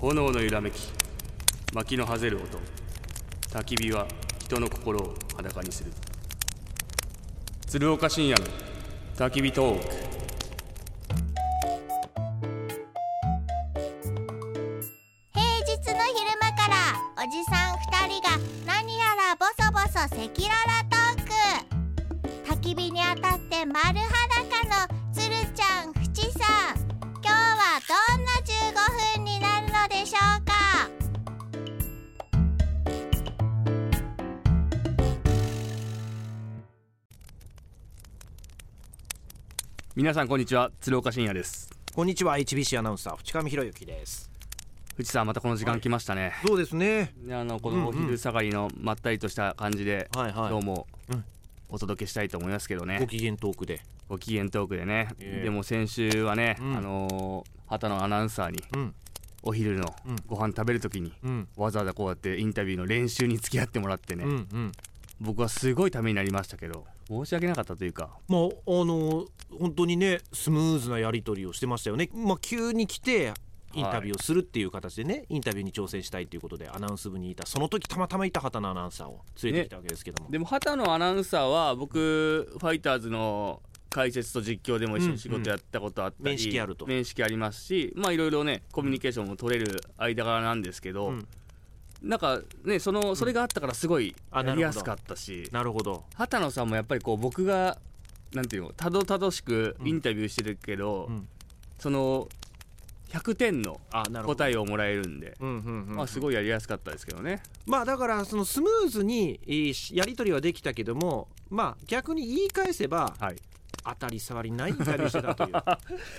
炎の揺らめき薪のはぜる音焚き火は人の心を裸にする鶴岡深夜の焚き火トーク平日の昼間からおじさん2人が何やらボソボソ赤裸々トーク焚き火に当たって丸裸のつるちゃんふちさん今日はどんな15分になるのでしょうか皆さんこんにちは鶴岡深夜ですこんにちは HBC アナウンサー淵上博之です藤さんまたこの時間来ましたね、そうですねであのこのお昼下がりのまったりとした感じで、はいはい今日もうんお届けしたいと思いますけどね、ご機嫌トークでご機嫌トークでね、ええでも先週はね、んあのー畑野アナウンサーにうんお昼のうんご飯食べる時に、うんわざわざこうやってインタビューの練習に付き合ってもらってね、うんうん僕はすごいためになりましたけど申し訳なかったというかまああの本当にねスムーズなやり取りをしてましたよねまあ急に来てインタビューをするっていう形でね、インタビューに挑戦したいということでアナウンス部にいたその時たまたまいた畑のアナウンサーを連れてきたわけですけども、でも畑野アナウンサーは僕ファイターズの解説と実況でも一緒うにん仕事やったことあったり、うん面識あると面識ありますしまあいろいろねコミュニケーションも取れる間柄なんですけど、うんなんかねそのそれがあったからすごいあやなるほりどやすかったし、なるほど畑野さんもやっぱりこう僕がなんていうのたどたどしくインタビューしてるけど、うんその100点のあなるほど答えをもらえるんで、うんうんうんまあ、すごいやりやすかったですけどね。まあだからそのスムーズにえーしやり取りはできたけどもまあ逆に言い返せばはい、当たり障りないインタビューしてた という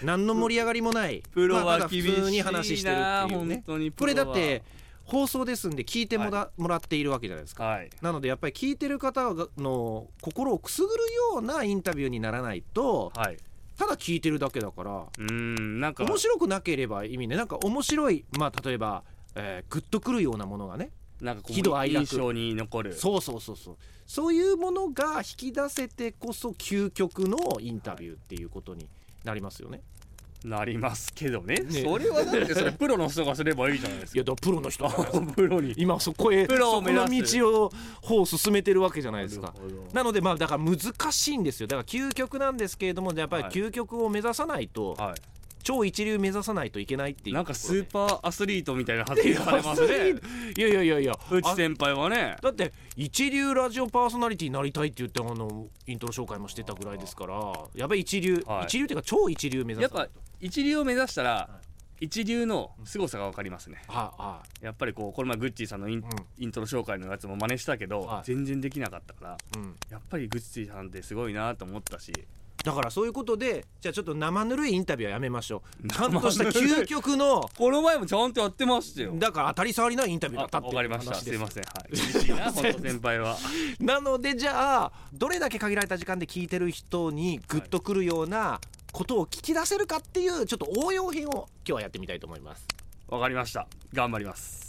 何の盛り上がりもないプロまあはただ厳しいな、普通に話してるっていう本ね当にこプロれはだって放送ですんで聞いてもら,、もらっているわけじゃないですかはいなのでやっぱり聞いてる方がの心をくすぐるようなインタビューにならないとはいただ聞いてるだけだからうーんなんか面白くなければ意味ねなんか面白いまあ例えば、えーグッとくるようなものがねなんかこ喜怒う哀楽印象に残るそうそうそうそうそういうものが引き出せてこそ究極のインタビューっていうことになりますよね、なりますけどねねそれはだってそれプロの人がすればいいじゃないですいやだからプロの人だからかプロに今そこへプロをそこ目指のす道を方を進めてるわけじゃないですかなるほどなのでまあだから難しいんですよだから究極なんですけれどもやっぱりはい究極を目指さないと、は超一流目指さないといけないっていいうなんかスーパーアスリートみたいな発言されますいやねいやいやいやいや内先輩はねだって一流ラジオパーソナリティになりたいって言ってあのイントロ紹介もしてたぐらいですからやっぱり一流、はい一流っていうか超一流目指やっすはぱ一流を目指したら一流の凄さが分かりますねいはやっぱりこうこの前グッチーさんのイン,、んイントロ紹介のやつも真似したけど、はい全然できなかったからい、うん、やっぱりグッチーさんってすごいなと思ったしだからそういうことでじゃあちょっと生ぬるいインタビューはやめましょうちゃんとした究極のこの前もちゃんとやってましたよだから当たり障りないインタビューだあったってわいうかりました話すでいすませんはい厳しいな本当先輩 はなのでじゃあどれだけ限られた時間で聞いてる人にグッとくるようなことを聞き出せるかっていうちょっと応用編を今日はやってみたいと思いますわかりました頑張ります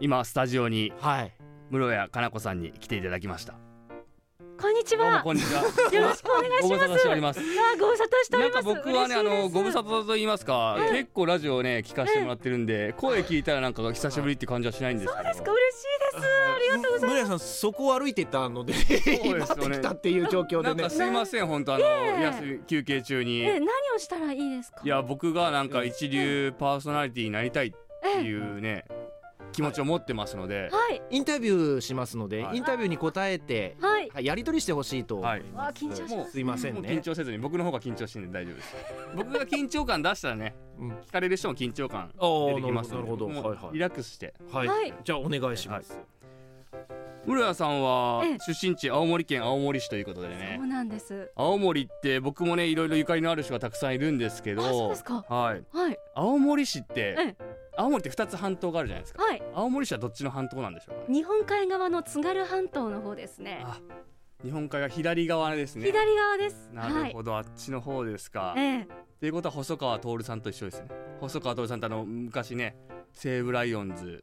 今スタジオにはい室谷かな子さんに来ていただきましたこんにちどうもは。こんにちはよろ しくお願いしまごす無沙汰しておりますあー、ご無沙汰しておなりんまかす。僕はねあ嬉しいですのご無沙汰と言いますか、結構ラジオね聞かせてもらってるんで、声聞いたらなんか久しぶりって感じはしないんですけどそうですか、嬉しいです。ありがとうござい村屋さんそこを歩いてたのでよね今ってきたっていう状況なでんかねすいません本当あの、休み休憩中に、ます。え、何をしたらいいですか。いや僕がなんか一流パーソナリティになりたいっていうね、気持ちを持ってますので、はい、インタビューしますので、はいインタビューに答えて、はい。はいやり取りしてほしいと、はいわあ、緊張しもまうす。すいませもんう緊ね張せずに僕の方が緊張してるんで大丈夫です 僕が緊張感出したらねうん聞かれる人も緊張感あー出てきますのでなるほどもうはいはいリラックスしてはい、はいじゃあお願いします、浦谷さんはええ出身地青森県青森市ということでそねうなんです。青森って僕もねいろいろゆかりのある人がたくさんいるんですけどあそうですかはいはい、青森市っえてえ青森って2つ半島があるじゃないですかはい。青森市はどっちの半島なんでしょうかね日本海側の津軽半島の方ですね。あ日本海が左側ですね左側です。なはるい。ほど、あっちの方ですか。っええ、ていうことは細川徹さんと一緒ですね。細川徹さんってあの昔ね、西武ライオンズ、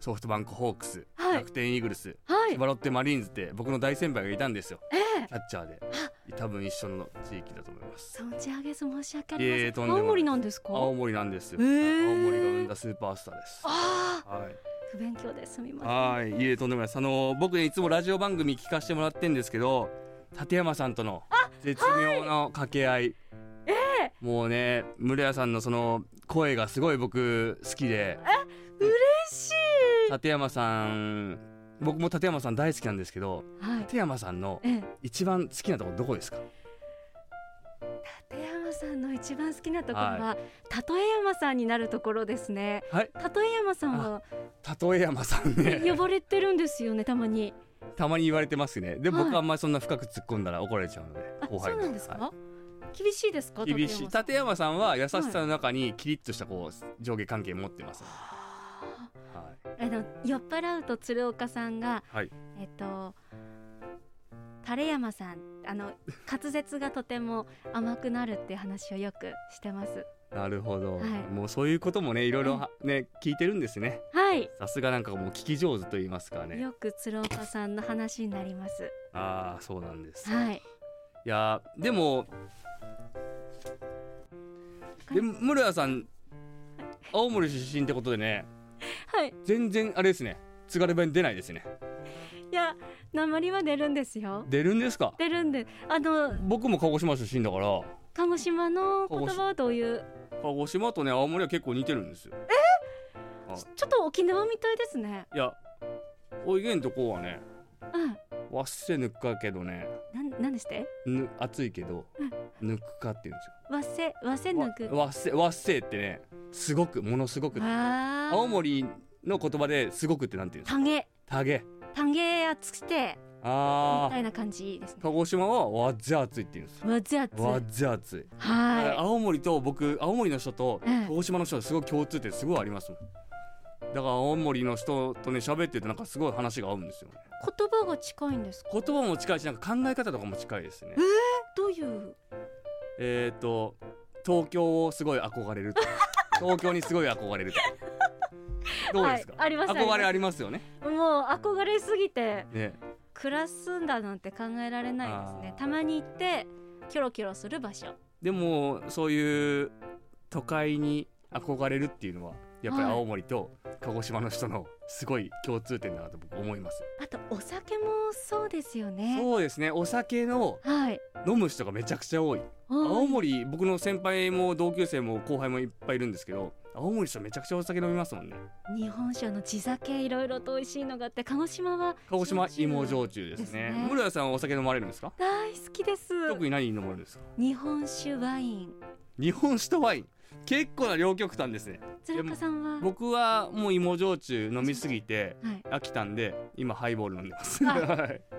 ソフトバンクホークス、はい楽天イーグルス、は千い。葉ロッテマリーンズって僕の大先輩がいたんですよ、ええ、キャッチャーで。多分一緒の地域だと思います存じ上げず申し訳あいえいりえませとんでん。もない青森なんですか。青森なんですよ、へー青森が生んだスーパースターですああ、はい不勉強ですみません。はい、いえ、とんでもないです。あの、僕ねいつもラジオ番組聞かせてもらってんですけど。立山さんとの絶妙の掛け合い。もうね、村屋さんのその声がすごい僕好きで。嬉しい。立山さん。僕も立山さん大好きなんですけど。はい。立山さんのええ、一番好きなところどこですか。立山さんの一番好きなところは、立山さんになるところですね。はい、立山さんは立山さん呼ね。ばれてるんですよね、たまに。たまに言われてますね。で、はい僕あんまりそんな深く突っ込んだら怒られちゃうので。あ、後そ輩うになんですはいか。厳しいですか。厳しい立山さん立山さんは優しさの中にキリッとしたこう上下関係持ってます、あはい、ーあの酔っ払うと鶴岡さんが、はいえっと。垂山さん、あの滑舌がとても甘くなるって話をよくしてます。なるほど、はいもうそういうこともねいろいろはね聞いてるんですねはい、さすがなんかもう聞き上手と言いますかねよく鶴岡さんの話になります。ああそうなんです、い、はい、やーでもで室屋さん青森出身ってことでねはい、全然あれですね津軽弁出ないですねいや、鉛は出るんですよ。出るんですか出るんで、あの僕も鹿児島出身だから鹿児島の言葉はどういう、鹿児島とね青森は結構似てるんですよちょちょっと沖縄みたいですね。いやおいげんとこはねうん、わっせぬかけどねなん、なんでして。ぬ暑いけどぬくかって言うんですよわっせ、わっせぬく。わわっせわっせってねすごくものすごくあ青あ、森の言葉ですごくってなんて言うんですかたげ、たげたげやつして、みあたーいな感じですね。鹿児島はわっぜ暑いって言うんですよわぜやつ。わっはぜ暑いい。青森と僕青森の人とうん鹿児島の人はすごい共通点すごいありますもんだから青森の人とね喋っててなんかすごい話が合うんですよね言葉が近いんですか。言葉も近いしなんか考え方とかも近いですねどういう。えっ、ー、と東京をすごい憧れる と東京にすごい憧れるとどうですか、はいあります憧れありますよねもう憧れすぎて、ね暮らすんだなんて考えられないですねあ。ーたまに行って、キョロキョロする場所。でもそういう都会に憧れるっていうのはやっぱりはい青森と鹿児島の人のすごい共通点だなと僕思います、あと、お酒もそうですよね。そうですねお酒のはい。飲む人がめちゃくちゃ多い青はい森僕の先輩も同級生も後輩もいっぱいいるんですけど青森の人めちゃくちゃお酒飲みますもんね日本酒の地酒いろいろと美味しいのがあって鹿児島は鹿児島芋焼焼酎ですねですね室屋さんはお酒飲まれるんですか酎大好きです特に何飲まれるんですか日本酒ワイン日本酒とワイン結構な両極端ですね鶴岡さんは僕はもう芋焼酎飲みすぎてはい、飽きたんで今ハイボール飲んでますあ はい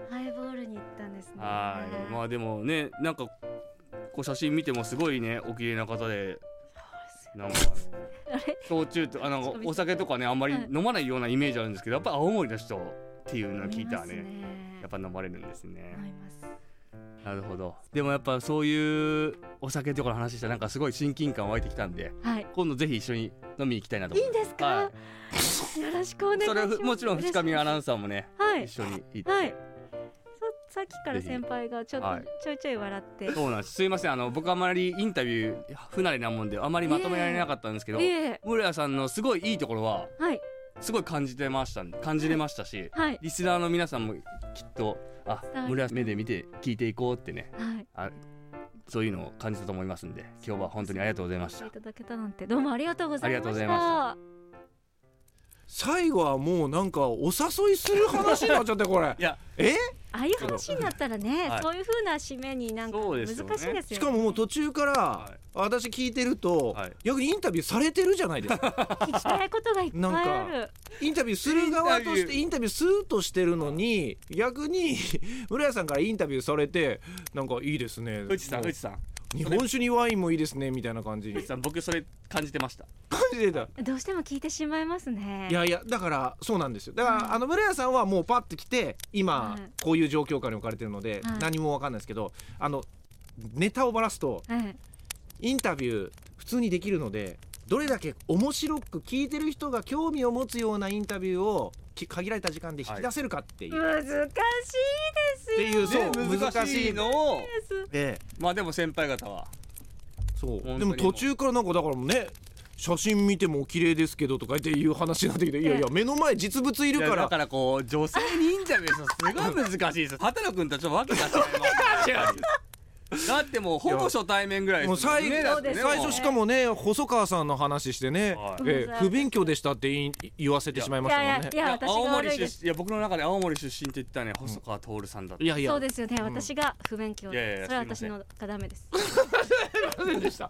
ハイボールに行ったんですねはいまあでもねなんかこう写真見てもすごいねお綺麗な方でなんか あれ焼酎とあなんかお酒とかねあんまりはい飲まないようなイメージあるんですけどやっぱ青森の人っていうのを聞いたら飲みねますやっぱ飲まれるんですね飲みますなるほどでもやっぱそういうお酒とかの話したらなんかすごい親近感湧いてきたんではい今度ぜひ一緒に飲みに行きたいなとい思いんですか、はよろしくお願いしそまれすをもちろん嬉しい二日目アナウンサーもねはい一緒に行って、はいそさっきからぜひ先輩がちょっと、はいちょいちょい笑っていそうなんですすいませんあの僕あまりインタビュー不慣れなもんであまりまとめられなかったんですけどえいえ室屋さんのすごいいいところははいすごい感じてましたん感じれましたしはいリスナーの皆さんもきっとあ伝わる室屋目で見て聞いていこうってねはいそういうのを感じたと思いますんで今日は本当にありがとうございまし来てたいただけたなんてどうもありがとうございましたありがとうございま最後はもうなんかお誘いする話になっちゃってこれいやえああいう話になったらね、はいそういう風な締めになんかそう難でしいすですよよ、ねね。しかももう途中からい私聞いてると、はい逆にインタビューされてるじゃないですか聞きたいことがいっぱいあなる。インタビューする側としてイインタビューするとしてるのに逆に村屋さんからインタビューされてなんかいいですね内さんもう内さん日本酒にワインもいいですねみたいな感じに内さん僕それ感じてました感じてたどうしても聞いてしまいますね。いやいやだからそうなんですよだから、はいあの村屋さんはもうパッて来て今、はいこういう状況下に置かれてるので、はい何もわかんないですけどあのネタをばらすとはい、インタビュー普通にできるのでどれだけ面白く聞いてる人が興味を持つようなインタビューをき限られた時間で引き出せるかっていう、難しいですってよいうそう、難しいのをでまあでも先輩方はそう本当でにも途中からなんかだからね写真見ても綺麗ですけどとかっていう話になってきていやいや目の前実物いるいやかだらからこう女性にインタビューするのすごい難しいです畑野君とはちょっとわけが違いますだってもうほぼ初対面ぐらいもうですもん最ねだってね最初しかもね細川さんの話してねはいえー不勉強でしたって言い言わせてしまいましたもんいやいねやいやいや私青が悪森いです出身いや僕の中で青森出身って言ったらね細川徹さんだっていやいやそうですよね、私が不勉強でいやいやそれはす私いまのがダメですすいませんでした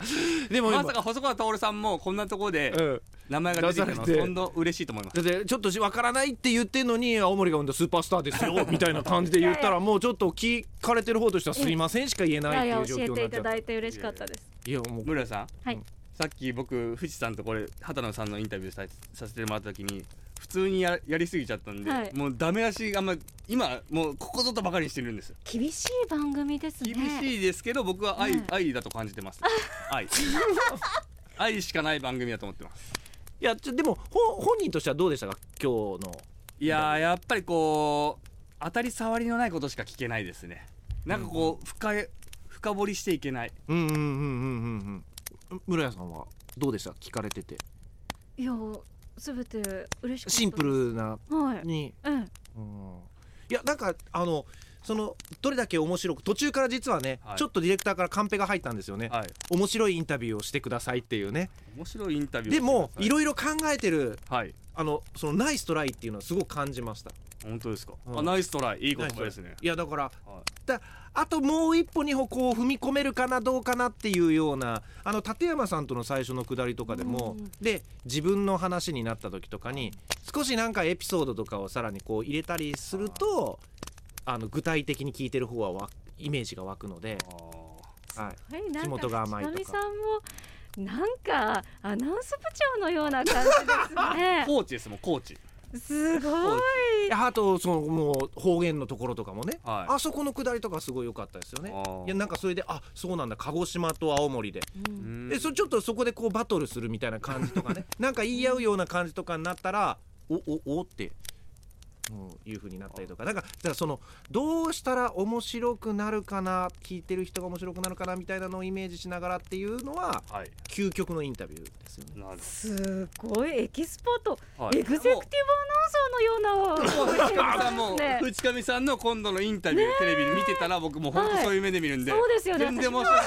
でもま今さか細川徹さんもこんなところでうん名前が出てくるのは出されて今度嬉しいと思いますだってちょっとわからないって言ってんのに青森が生んだスーパースターです よみたいな感じで言ったらもうちょっと聞かれてる方としてはすいませんしか言えいなやいいっていう状や教え況にないってちゃたっただいて嬉しかったですいやもう村さんはい、さっき僕富士山とこれ畑野さんのインタビューささせてもらった時に普通にややりすぎちゃったんで、はいもうダメ出しがあんま今もうここぞとばかりにしてるんです厳しい番組ですね厳しいですけど僕は愛,、うん愛だと感じてます愛 愛しかない番組だと思ってますいやちょでもほ本人としてはどうでしたか今日のいやーやっぱりこう当たり障りのないことしか聞けないですねなんかこう深い深掘りしていけないうんうんうんうんうんうん村屋さんはどうでした聞かれてていやすべて嬉しかったですシンプルなはい、に、うん、うん、いやなんかあのそのどれだけ面白く途中から実はね、はいちょっとディレクターからカンペが入ったんですよね、はい面白いインタビューをしてくださいっていうね面白いインタビューでもいろろいろ考えてるはいあのそのナイストライっていうのはすごく感じました本当ですか、うんあナイストライいい言葉ですねいやだからはいだあともう一歩二歩こう踏み込めるかなどうかなっていうようなあの立山さんとの最初のくだりとかでも、うんで自分の話になった時とかに少しなんかエピソードとかをさらにこう入れたりするとあの具体的に聞いてる方はわイメージが湧くので、あーはい、はい、なん地か元が甘いとか藤波さんもなんかアナウンス部長のような 感じコーチですもんコーチですねすごいいやあとそのもう方言のところとかもね、はいあそこのくだりとかすごい良かったですよねあーいやなんかそれであそうなんだ鹿児島と青森でうんうんでそちょっとそこでこうバトルするみたいな感じとか ねなんか言い合うような感じとかになったらおおおって、うん、いう風になったりとかなんかだからそのどうしたら面白くなるかな聞いてる人が面白くなるかなみたいなのをイメージしながらっていうのははい究極のインタビューですよね。なるすごいエキスポート、ほど、はい、エグゼクティブアナウンサーのよう藤な上さんもね藤上さんの今度のインタビュー、テレビで見てたら僕もう本当そういう目で見るんで、はいそうですよね全然面白く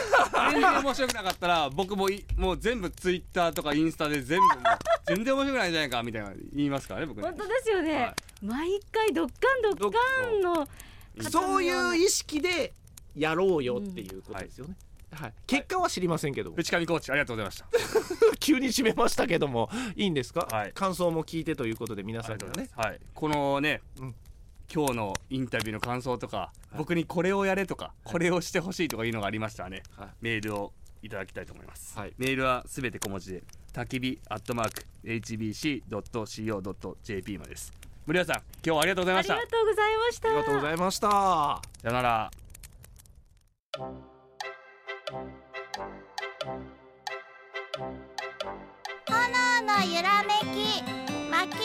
全然面白くなかったら僕もいもう全部ツイッターとかインスタで全部もう全然面白くないじゃないかみたいな言いますからね僕ね本当ですよね、は毎回ドッカンドッカンのうんそういう意識でやろうよっていうことですよね。はい、結果は知りませんけども、藤上コーチありがとうございました急に締めましたけどもいいんですか、はい感想も聞いてということで皆あさんからねはいこのね、うん今日のインタビューの感想とか、僕にこれをやれとか、これをしてほしいとかいうのがありましたらね、はいメールをいただきたいと思います、はいメールはすべて小文字で焚き火アットマーク HBC.CO.JP までです森谷さん今日はありがとうございあまりしたがとうございましたありがとうございました。さよなら炎の揺らめき薪の